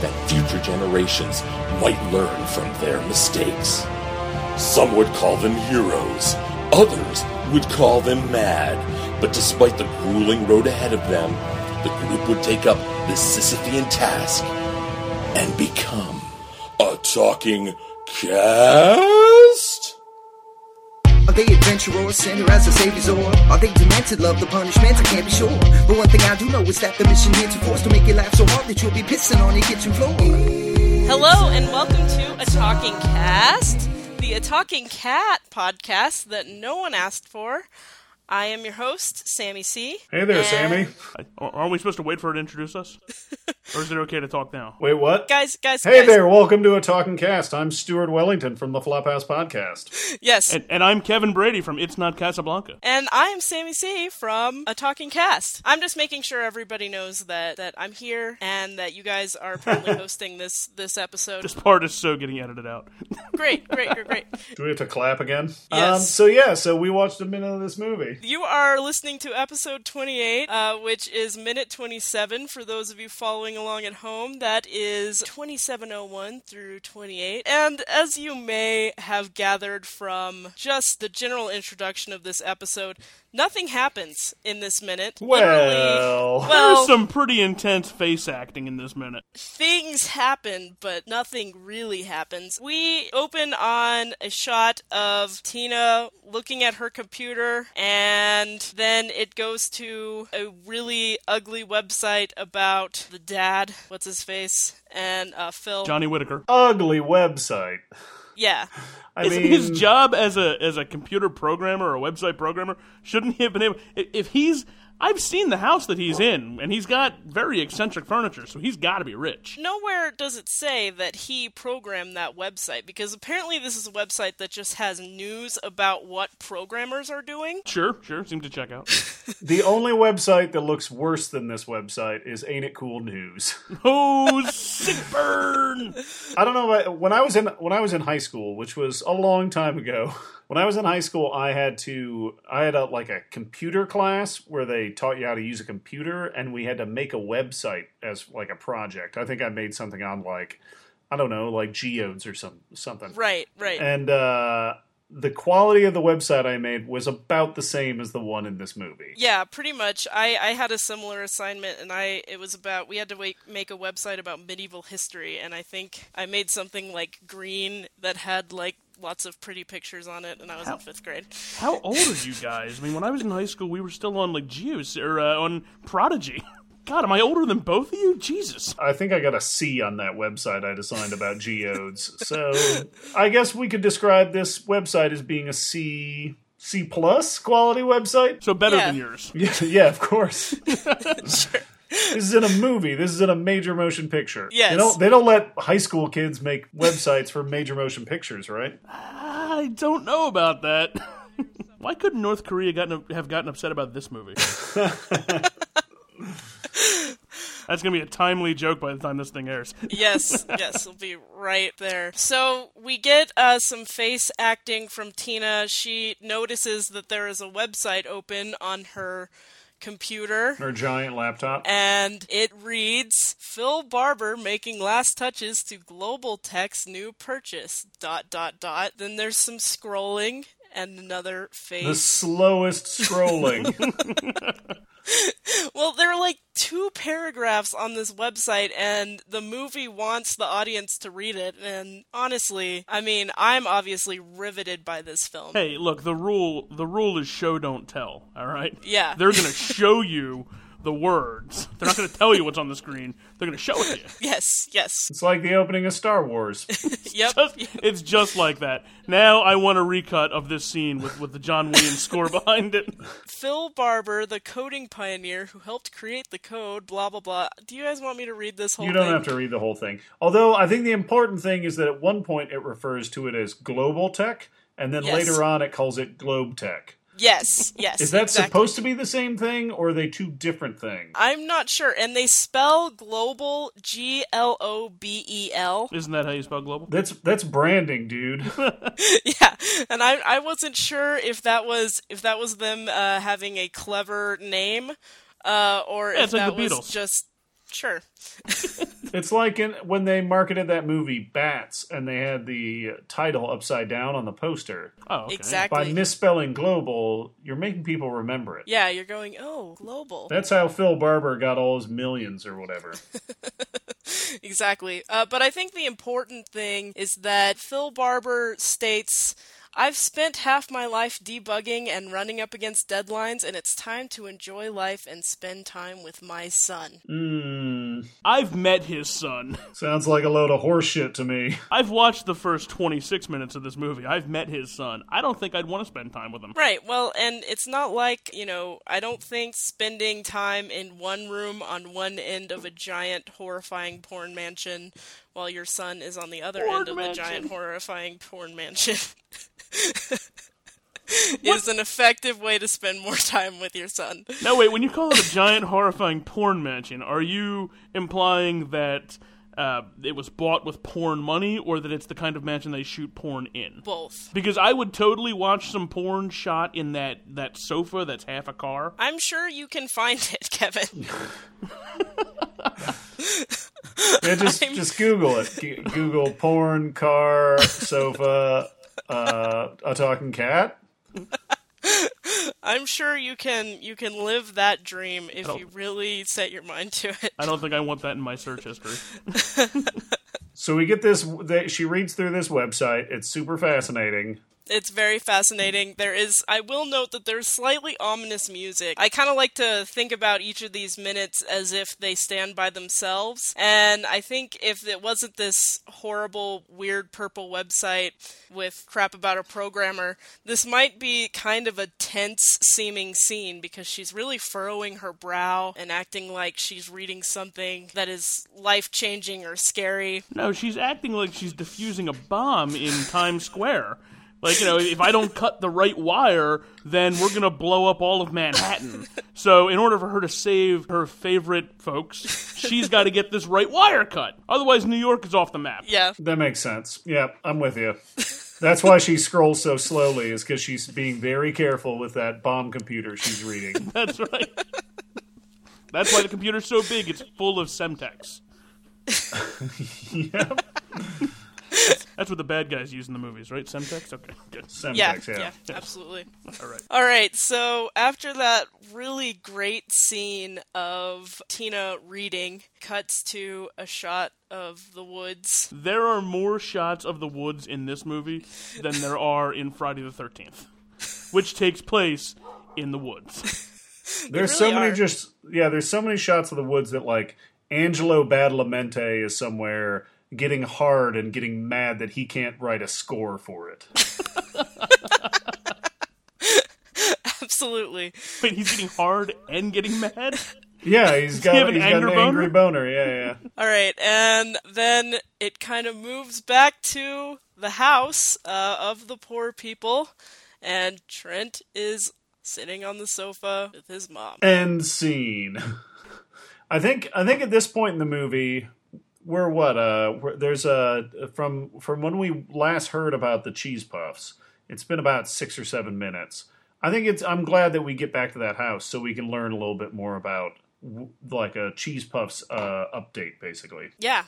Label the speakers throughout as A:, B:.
A: that future generations might learn from their mistakes. Some would call them heroes, others would call them mad, but despite the grueling road ahead of them, the group would take up this Sisyphean task and become a talking cast?
B: Are they adventurers, sent her as a savior's or Are they demented, love the punishment? I can't be sure. But one thing I do know is that the mission here to force to make you laugh so hard that you'll be pissing on your kitchen floor.
C: Hello and welcome to A Talking Cast, the A Talking Cat podcast that no one asked for. I am your host, Sammy C.
D: Hey there,
C: And-
D: Sammy.
E: Aren't we supposed to wait for her to introduce us? or is it okay to talk now?
D: Wait, what?
C: Guys, guys,
D: Hey
C: guys.
D: there, welcome to a talking cast. I'm Stuart Wellington from the Flophouse Podcast.
C: Yes. And-
E: And, and I'm Kevin Brady from It's Not Casablanca.
C: I am Sammy C from A Talking Cast. I'm just making sure everybody knows that, that I'm here and that you guys are probably hosting this this episode.
E: This part is so getting edited out.
C: Great, great, great, great.
D: Do we have to clap again?
C: Yes.
D: Um, so yeah, so we watched a minute of this movie.
C: You are listening to episode 28, uh, which is minute 27 for those of you following along at home. That is 2701 through 28. And as you may have gathered from just the general introduction of this episode, nothing happens in this minute. Literally,
D: Well,
C: well,
E: There's some pretty intense face acting in this minute.
C: things happen, but nothing really happens. We open on a shot of Tina looking at her computer, and then it goes to a really ugly website about the dad, what's his face, and uh, Phil.
E: Johnny Whitaker.
D: ugly website.
C: Yeah.
D: I
E: His,
D: mean,
E: his job as a as a computer programmer or a website programmer shouldn't he have been able if if he's I've seen the house that he's in and he's got very eccentric furniture, so he's gotta be rich.
C: Nowhere does it say that he programmed that website because apparently this is a website that just has news about what programmers are doing.
E: Sure, sure, seems to check out.
D: the only website that looks worse than this website is Ain't It Cool News.
E: oh sick burn!
D: I don't know if I, when I was in when I was in high school, which was a long time ago. When I was in high school, I had to I had a, like a computer class where they taught you how to use a computer, and we had to make a website as like a project. I think I made something on like I don't know, like geodes or some something.
C: Right, right.
D: And uh, the quality of the website I made was about the same as the one in this movie.
C: Yeah, pretty much. I, I had a similar assignment, and I it was about we had to wait, make a website about medieval history, and I think I made something like green that had like lots of pretty pictures on it, and I was in fifth grade.
E: How old are you guys? I mean, when I was in high school, we were still on like Juice or uh, on Prodigy. God, am I older than both of you? Jesus.
D: I think I got a C on that website I designed about geodes. So I guess we could describe this website as being a C C plus quality website.
E: So better
C: Yeah.
E: than yours.
D: Yeah, yeah, of course. This is in a movie. This is in a major motion picture.
C: Yes.
D: They don't, they don't let high school kids make websites for major motion pictures, right?
E: I don't know about that. Why couldn't North Korea gotten, have gotten upset about this movie? That's gonna be a timely joke by the time this thing airs.
C: yes, yes, it'll be right there. So we get uh, some face acting from Tina. She notices that there is a website open on her computer.
D: Or giant laptop.
C: and it reads Phil Barber making last touches to Global Tech's new purchase. Dot dot dot. Then there's some scrolling and another
D: The
C: face.
D: slowest scrolling.
C: well, there are like two paragraphs on this website, and the movie wants the audience to read it. And honestly, I mean, I'm obviously riveted by this film.
E: Hey, look, the rule the rule is show don't tell, all right?
C: Yeah.
E: They're gonna show you the words. They're not going to tell you what's on the screen. They're going to show it to you.
C: Yes, yes.
D: It's like the opening of Star Wars.
C: Yep.
E: Just- it's just like that. Now I want a recut of this scene with, with the John Williams score behind it.
C: Phil Barber, the coding pioneer who helped create the code, blah blah blah. Do you guys want me to read this whole
D: You don't
C: thing?
D: have to read the whole thing. Although I think the important thing is that at one point it refers to it as global tech, and then
C: Yes.
D: later on it calls it globe tech.
C: Yes, yes.
D: Is that
C: exactly.
D: supposed to be the same thing, or are they two different things?
C: I'm not sure. And they spell global G L O B E L.
E: Isn't that how you spell global?
D: That's that's branding, dude.
C: Yeah. And I I wasn't sure if that was if that was them uh, having a clever name uh, or if
E: it's like
C: that
E: the
C: was
E: Beatles.
C: just sure.
D: it's like in, when they marketed that movie Bats, and they had the title upside down on the poster.
E: Oh, okay.
C: Exactly.
D: By misspelling global, you're making people remember it.
C: yeah, you're going, "Oh, global."
D: That's how Phil Barber got all his millions or whatever.
C: Exactly. Uh, but I think the important thing is that Phil Barber states I've spent half my life debugging and running up against deadlines, and it's time to enjoy life and spend time with my son.
D: Mmm.
E: I've met his son.
D: Sounds like a load of horseshit to me.
E: I've watched the first 26 minutes of this movie. I've met his son. I don't think I'd want to spend time with him.
C: Right, well, and it's not like, you know, I don't think spending time in one room on one end of a giant, horrifying porn mansion while your son is on the other
E: Porn
C: end of the
E: mansion.
C: giant, horrifying porn mansion. is an effective way to spend more time with your son.
E: Now, wait, when you call it a giant, horrifying porn mansion, are you implying that uh, it was bought with porn money or that it's the kind of mansion they shoot porn in?
C: Both.
E: Because I would totally watch some porn shot in that, that sofa that's half a car.
C: I'm sure you can find it, Kevin.
D: Yeah, just just Google it. G- Google porn, car, sofa, uh, a talking cat.
C: I'm sure you can you can live that dream if you really set your mind to it.
E: I don't think I want that in my search history.
D: So we get this. They, she reads through this website. It's super fascinating.
C: It's very fascinating. There is I will note that there's slightly ominous music. I kind of like to think about each of these minutes as if they stand by themselves. And I think if it wasn't this horrible weird purple website with crap about a programmer, this might be kind of a tense seeming scene because she's really furrowing her brow and acting like she's reading something that is life-changing or scary.
E: No, she's acting like she's defusing a bomb in Times Square. Like, you know, if I don't cut the right wire, then we're going to blow up all of Manhattan. So, in order for her to save her favorite folks, she's got to get this right wire cut. Otherwise, New York is off the map.
C: Yeah.
D: That makes sense. Yeah, I'm with you. That's why she scrolls so slowly. Is because she's being very careful with that bomb computer she's reading.
E: That's right. That's why the computer's so big, it's full of Semtex.
D: yeah.
E: That's what the bad guys use in the movies, right? Semtex? Okay, good.
D: Semtex,
C: Yeah,
D: yeah.
C: yeah, absolutely. All
E: right.
C: All right. So after that really great scene of Tina reading, cuts to a shot of the woods.
E: There are more shots of the woods in this movie than there are in Friday the 13th, which takes place in the woods.
D: There's
C: They
D: so
C: really
D: many
C: are.
D: just yeah. There's so many shots of the woods that like Angelo Badalamenti is somewhere getting hard and getting mad that he can't write a score for it.
C: Absolutely.
E: Wait, he's getting hard and getting mad?
D: Yeah, he's got,
E: have an
D: he's got
E: anger
D: an angry boner. Yeah, yeah.
C: All right. And then it kind of moves back to the house uh, of the poor people, and Trent is sitting on the sofa with his mom.
D: End scene. I think I think at this point in the movie, we're what uh we're, there's a from from when we last heard about the cheese puffs. It's been about six or seven minutes. I think it's. I'm glad that we get back to that house so we can learn a little bit more about w- like a cheese puffs uh, update, basically.
C: Yeah.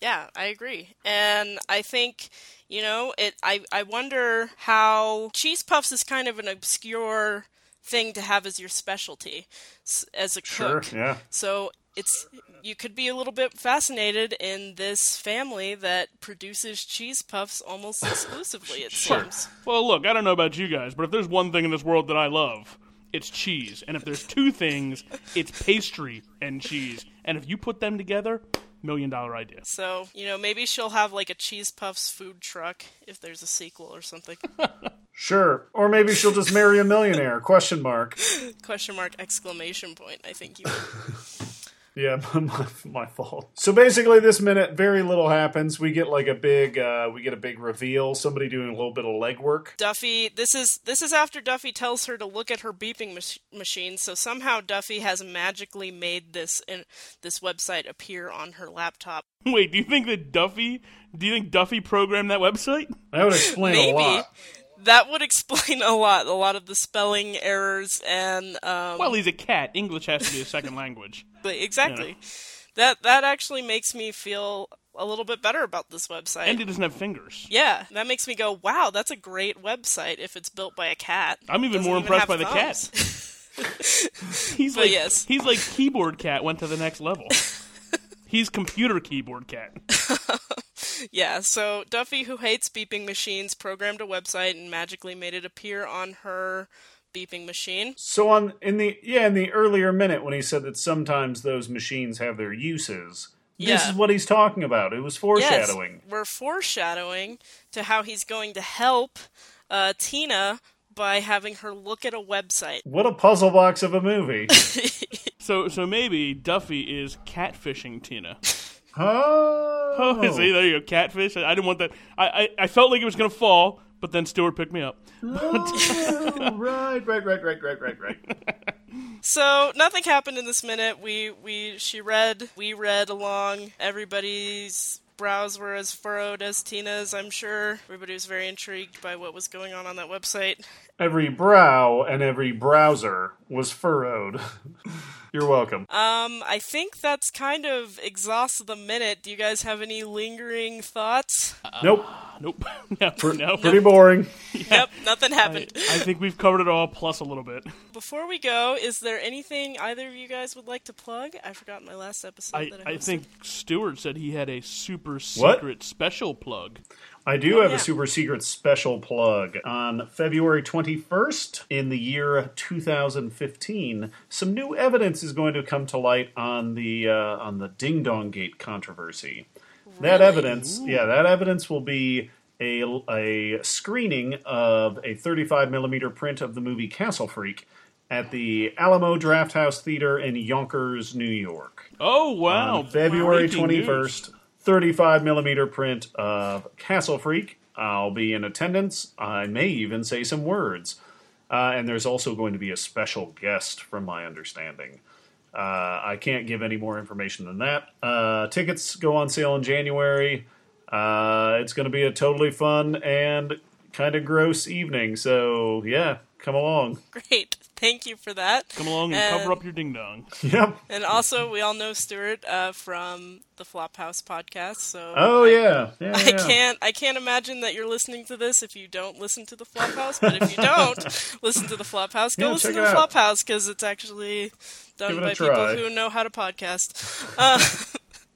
C: Yeah, I agree. And I think, you know, it I I wonder how cheese puffs is kind of an obscure thing to have as your specialty s- as a
D: Sure.
C: cook.
D: Yeah.
C: So it's you could be a little bit fascinated in this family that produces cheese puffs almost exclusively it seems.
E: Well, look, I don't know about you guys, but if there's one thing in this world that I love, it's cheese. And if there's two things, it's pastry and cheese. And if you put them together, million dollar idea.
C: So, you know, maybe she'll have like a cheese puffs food truck if there's a sequel or something.
D: Sure. Or maybe she'll just marry a millionaire? Question mark.
C: Question mark exclamation point. I think you
D: Yeah, my, my fault. So basically, this minute, very little happens. We get like a big, uh, we get a big reveal. Somebody doing a little bit of legwork.
C: Duffy. This is this is after Duffy tells her to look at her beeping mach- machine. So somehow Duffy has magically made this in, this website appear on her laptop.
E: Wait, do you think that Duffy? Do you think Duffy programmed that website?
D: That would explain a
C: Maybe
D: lot.
C: that would explain a lot, a lot of the spelling errors and um,
E: Well, he's a cat. English has to be a second language.
C: but- exactly. That that actually makes me feel a little bit better about this website.
E: And he doesn't have fingers.
C: Yeah, that makes me go, wow, that's a great website if it's built by a cat.
E: I'm even
C: Doesn't
E: more
C: have
E: impressed by the cat.
C: thumbs.
E: He's
C: But
E: like
C: yes.
E: he's like keyboard cat went to the next level. he's computer keyboard cat.
C: yeah, so Duffy, who hates beeping machines, programmed a website and magically made it appear on her beeping machine.
D: So on in the yeah in the earlier minute when he said that sometimes those machines have their uses. This
C: Yeah.
D: is what he's talking about. It was
C: Yes,
D: foreshadowing.
C: we're foreshadowing to how he's going to help uh, Tina by having her look at a website.
D: What a puzzle box of a movie.
E: So so maybe Duffy is catfishing Tina.
D: oh,
E: Oh, see, there you go, catfish. I, I didn't want that. I, I I felt like it was gonna fall, but then Stewart picked me up.
D: Oh, right, right, right, right, right, right, right.
C: So nothing happened in this minute. We we she read we read along. Everybody's brows were as furrowed as Tina's. I'm sure everybody was very intrigued by what was going on on that website.
D: Every brow and every browser was furrowed. You're welcome.
C: Um, I think that's kind of exhausted the minute. Do you guys have any lingering thoughts?
D: nope.
E: Nope. no, no.
D: Pretty boring.
C: Yep, nothing happened.
E: I think we've covered it all, plus a little bit.
C: Before we go, is there anything either of you guys would like to plug? I forgot my last episode.
E: I,
C: that I,
E: I
C: hosted.
E: think Stewart said he had a super
D: What?
E: secret special plug.
D: I do have
C: yeah.
D: a super secret special plug. On February 21st, in the year 2015, some new evidence is going to come to light on the uh, on the Ding Dong Gate controversy. That evidence, yeah, that evidence will be a, a screening of a 35 millimeter print of the movie Castle Freak at the Alamo Draft House Theater in Yonkers, New York.
E: Oh wow!
D: February
E: Breaking
D: twenty
E: news.
D: first, thirty five millimeter print of Castle Freak. I'll be in attendance. I may even say some words. Uh, and there's also going to be a special guest, from my understanding. Uh, I can't give any more information than that. Uh, tickets go on sale in January. Uh, it's going to be a totally fun and kind of gross evening. So yeah, come along.
C: great. Thank you for that.
E: Come along and
C: Uh,
E: cover up your ding dong.
D: Yep.
C: And also, we all know Stuart uh, from the Flophouse podcast, so
D: Oh yeah. yeah
C: I can't I can't imagine that you're listening to this if you don't listen to the Flophouse. But if you don't listen to the Flophouse, go
D: Yeah,
C: listen
D: check
C: to the
D: it out.
C: Flophouse because it's actually done
D: Give it a
C: by
D: try.
C: people who know how to podcast. Uh,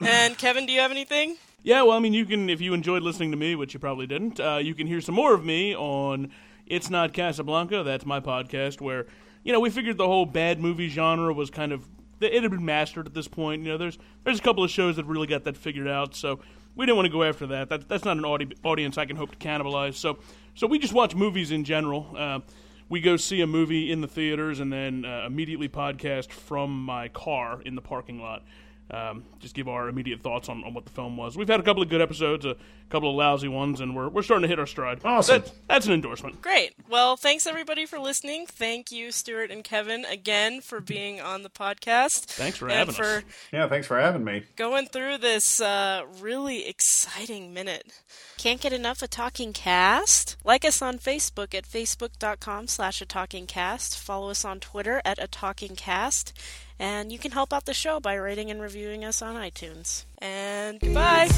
C: and Kevin, do you have anything?
E: Yeah, well, I mean, you can if you enjoyed listening to me, which you probably didn't. Uh, you can hear some more of me on It's Not Casablanca. That's my podcast where you know we figured the whole bad movie genre was kind of it had been mastered at this point. You know, there's there's a couple of shows that really got that figured out, so we didn't want to go after that. that that's not an audi- audience I can hope to cannibalize. So so we just watch movies in general. Uh, we go see a movie in the theaters and then uh, immediately podcast from my car in the parking lot um, just give our immediate thoughts on, on what the film was. We've had a couple of good episodes, a couple of lousy ones, and we're, we're starting to hit our stride.
D: Awesome.
E: That- that's an endorsement.
C: Great. Well, thanks everybody for listening. Thank you, Stuart and Kevin, again for being on the podcast.
E: Thanks for
C: and
E: having us.
C: for
D: Yeah. Thanks for having me.
C: going through this uh, really exciting minute. Can't get enough of Talking Cast? Like us on Facebook at facebook.com slash a talking cast. Follow us on Twitter at a talking cast. And you can help out the show by rating and reviewing us on iTunes. And goodbye.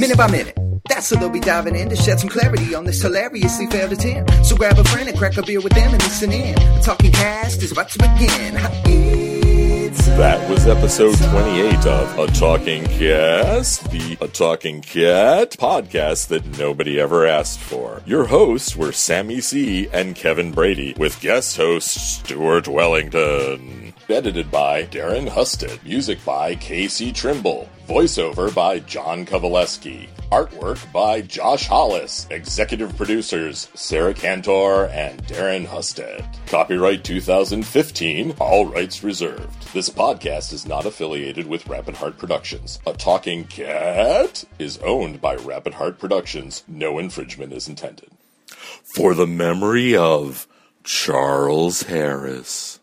B: Minute by minute. That's what they'll be diving in to shed some clarity on this hilariously failed attempt. So grab a friend and crack a beer with them and listen in. The talking cast is about to begin. It's a
A: That was episode 28 of A Talking Cast, the A Talking Cat podcast that nobody ever asked for. Your hosts were Sammy C and Kevin Brady, with guest host Stuart Wellington. Edited by Darren Husted. Music by Casey Trimble. Voiceover by John Kovaleski. Artwork by Josh Hollis. Executive producers Sarah Cantor and Darren Husted. Copyright 2015, all rights reserved. This podcast is not affiliated with Rapid Heart Productions. A Talking Cat is owned by Rapid Heart Productions. No infringement is intended. For the memory of Charles Harris.